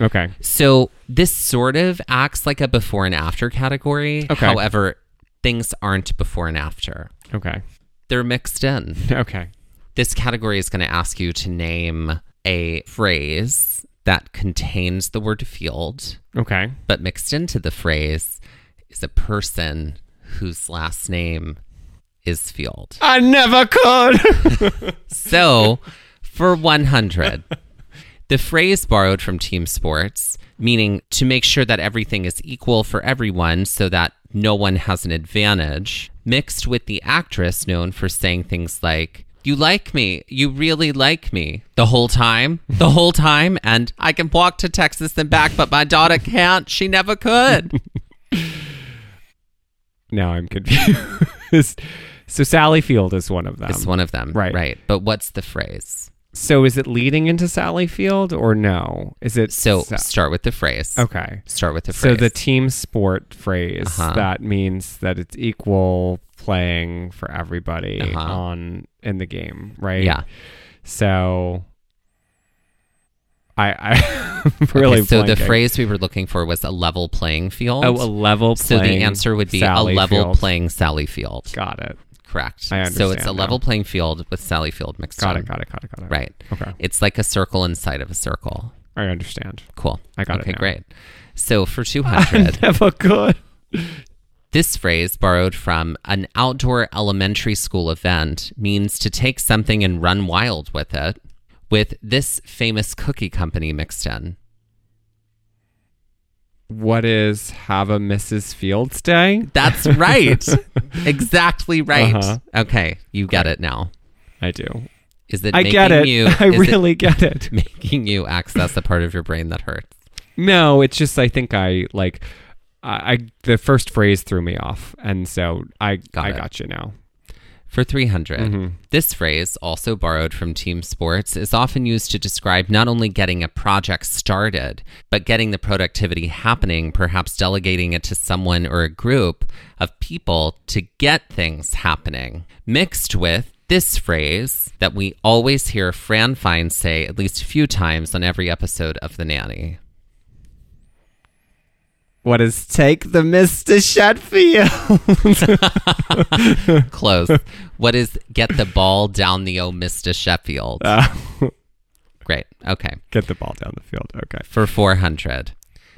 Okay.
So, this sort of acts like a before and after category.
Okay.
However, things aren't before and after,
Okay.
they're mixed in.
Okay.
This category is going to ask you to name a phrase that contains the word field,
Okay.
but mixed into the phrase is a person whose last name is field.
I never could. *laughs*
So, for 100, the phrase borrowed from team sports, meaning to make sure that everything is equal for everyone so that no one has an advantage, mixed with the actress known for saying things like, you like me. You really like me the whole time, the whole time. And I can walk to Texas and back, but my daughter can't. She
*laughs*
never could.
now I'm confused. *laughs* so Sally Field is one of them.
It's one of them.
right.
Right. But what's the phrase?
So is it leading into Sally Field or no? Is it
So
Sa-
start with the phrase.
Okay.
Start with the
So
phrase.
the team sport phrase
Uh-huh.
that means that it's equal playing for everybody
Uh-huh.
on in the game, right?
yeah.
So I I *laughs* am really
Okay, so the
blanking.
phrase we were looking for was a level playing field.
oh a level
so the
playing
answer would be
Sally
a level
Field.
playing Sally Field.
Got it.
Correct.
I
so
understand
it's a
now.
level playing field with Sally Field mixed
Got
in.
it. Got it. Got it. Got it.
Right.
Okay.
It's like a circle inside of a circle.
I understand. *laughs*
Cool.
I got it
okay,
now.
great.
*laughs*
So for 200,
Never good.
This phrase, borrowed from an outdoor elementary school event, means to take something and run wild with it, with this famous cookie company mixed in.
What is have a Mrs. Fields Day?
*laughs*
That's right. exactly right.
Uh-huh.
Okay, you get it now.
I do.
Is it
I
making
get it.
*laughs*
you
*laughs* I
is it
really get it.
making you access a part of your brain that hurts?
No, it's just I think I like I, I the first phrase threw me off, and so I
Got
I
it.
got you now.
For 300. This phrase, also borrowed from team sports, is often used to describe not only getting a project started, but getting the productivity happening, perhaps delegating it to someone or a group of people to get things happening. Mixed with this phrase that we always hear Fran Fine say at least a few times on every episode of The Nanny.
What is take the Mr. Sheffield?
Close. what is get the ball down the old Mr. Sheffield? Great. Okay.
*laughs* Get the ball down the field. Okay.
For 400.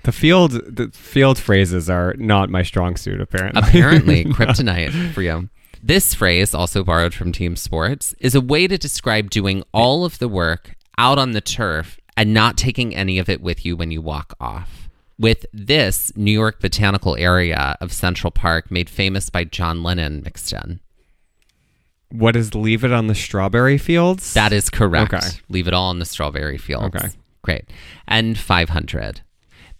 The field the field phrases are not my strong suit apparently.
Apparently, kryptonite for you. This phrase, also borrowed from team sports, is a way to describe doing all of the work out on the turf and not taking any of it with you when you walk off. With this, New York botanical area of Central Park, made famous by John Lennon, mixed in.
*laughs* what is leave it on the strawberry fields?
That is correct.
Okay.
Leave it all in the strawberry fields.
Okay.
Great. And 500.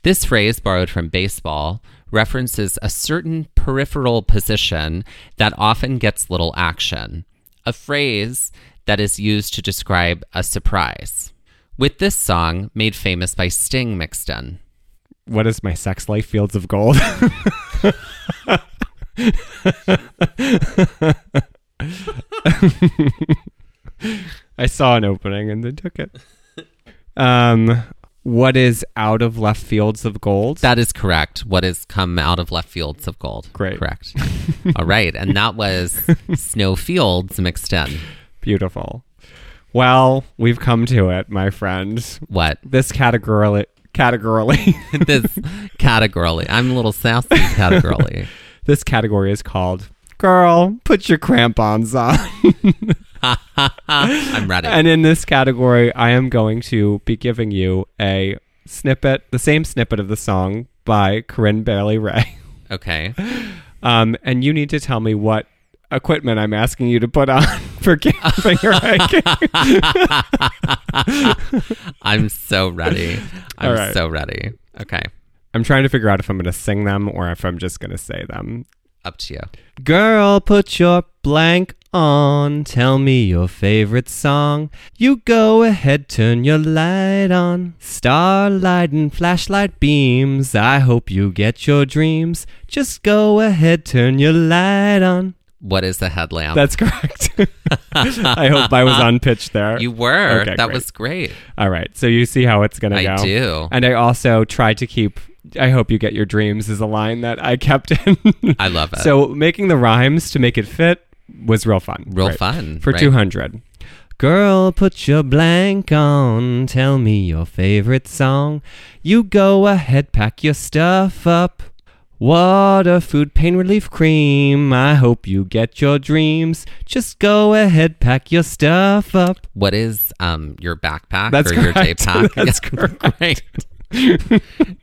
This phrase, borrowed from baseball, references a certain peripheral position that often gets little action, a phrase that is used to describe a surprise. With this song, made famous by Sting mixed in.
what is my sex life fields of gold? *laughs* I saw an opening and then took it. Um, what is out of left fields of gold?
That is correct. What has come out of left fields of gold.
Great.
Correct. All right. And that
*laughs*
was Snow Fields mixed in.
Beautiful. Well, we've come to it, my friend.
What?
This categorically, categorically,
this category. I'm a little sassy category.
*laughs* this category is called "Girl, Put Your Crampons On."
I'm ready.
And in this category, I am going to be giving you a snippet, the same snippet of the song by Corinne Bailey Ray. *laughs*
okay.
Um, and you need to tell me what equipment I'm asking you to put on *laughs* for camping or hiking.
I'm so ready. I'm
All right.
so ready. Okay.
I'm trying to figure out if I'm going to sing them or if I'm just going to say them.
Up to you.
Girl, put your blank on. Tell me your favorite song. You go ahead, turn your light on. Starlight and flashlight beams. I hope you get your dreams. Just go ahead, turn your light on.
What is the headlamp?
That's correct. *laughs* I hope I was on pitch there.
you were.
Okay,
that
great.
was great.
All right. So you see how it's going to go.
I do.
And I also tried to keep, I hope you get your dreams is a line that I kept in. *laughs*
I love it.
So making the rhymes to make it fit was real fun.
Real
Right.
fun.
For
right?
200.
Girl, put your blank on. Tell me your favorite song. You go ahead, pack your stuff up. Water, food, pain relief cream. I hope you get your dreams. Just go ahead, pack your stuff up.
What is um your backpack
That's
or your day
correct. *laughs*
pack?
That's
*laughs* great.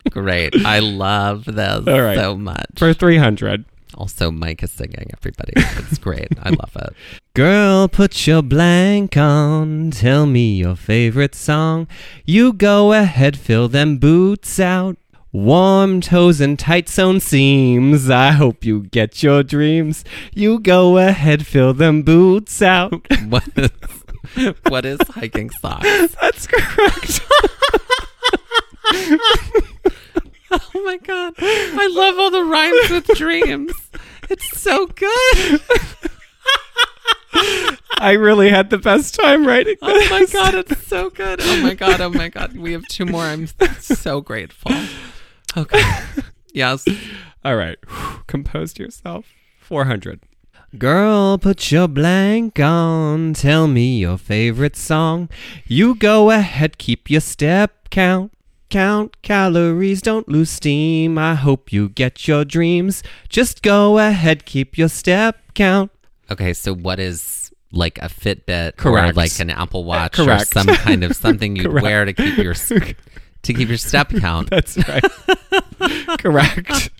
great. I love this
All right.
so much.
For 300.
also, Mike is singing, everybody. It's great. I love it. *laughs*
Girl, put your blank on. Tell me your favorite song. You go ahead, fill them boots out. Warm toes and tight sewn seams. I hope you get your dreams. You go ahead, fill them boots out. *laughs*
What is, what is hiking socks?
That's correct.
Oh my god. I love all the rhymes with *laughs* dreams. It's
*laughs*
so good.
I really had the best time writing
Oh
this.
my god, it's so good. Oh my god, oh my god. We have two more. I'm so grateful. Okay. *laughs* Yes.
All right. *sighs* Whew. Composed yourself. 400.
Girl, put your blank on. Tell me your favorite song. You go ahead, keep your step count. Count calories, don't lose steam. I hope you get your dreams. Just go ahead, keep your step count.
Okay, so what is like a Fitbit or
Correct.
like an Apple Watch or
correct.
some kind of something you
Correct.
wear to keep
*laughs*
your s- to keep your step
*laughs*
count.
That's
*laughs*
right. Correct. *laughs*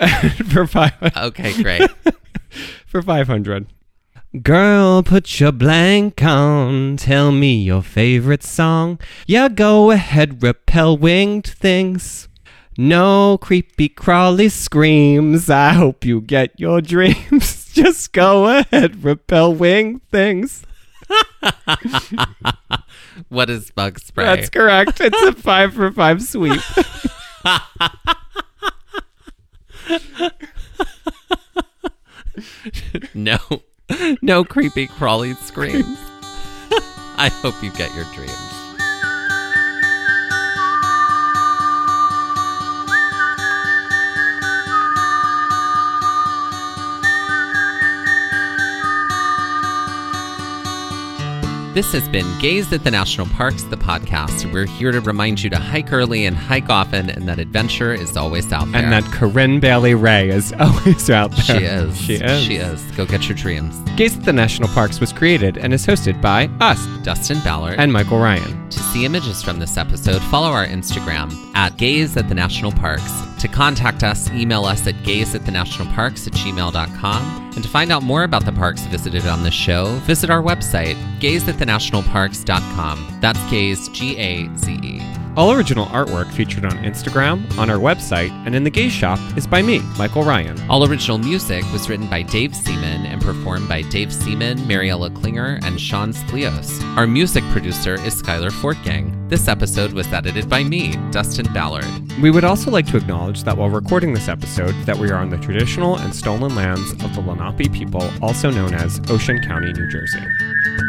And for, five,
Okay, great.
for 500.
Girl, put your blank on. Tell me your favorite song. Yeah, go ahead, repel winged things. No creepy crawly screams. I hope you get your *laughs* dreams. Just go ahead, repel winged things.
What is bug spray?
That's correct. It's *laughs* a five for five sweep.
no, *laughs* no creepy crawly screams. *laughs* I hope you get your dreams. This has been Gaze at the National Parks, the podcast. We're here to remind you to hike early and hike often, and that adventure is always out there.
And that Corinne Bailey Ray is *laughs* always out there.
she is.
She is.
She is. Go get your dreams.
Gaze at the National Parks was created and is hosted by us
Dustin Ballard.
and Michael Ryan.
To see images from this episode, follow our Instagram at gaze at the national parks. To contact us, email us at gaze at the national parks at gmail.com. And to find out more about the parks visited on this show, visit our website, gaze at the national parks.com. That's gaze, G A Z E.
All original artwork featured on Instagram, on our website, and in the Gaze Shop is by me, Michael Ryan.
All original music was written by Dave Seaman and performed by Dave Seaman, Mariella Klinger, and Sean Splios. Our music producer is Skylar Fortgang. This episode was edited by me, Dustin Ballard.
We would also like to acknowledge that while recording this episode, that we are on the traditional and stolen lands of the Lenape people, also known as Ocean County, New Jersey.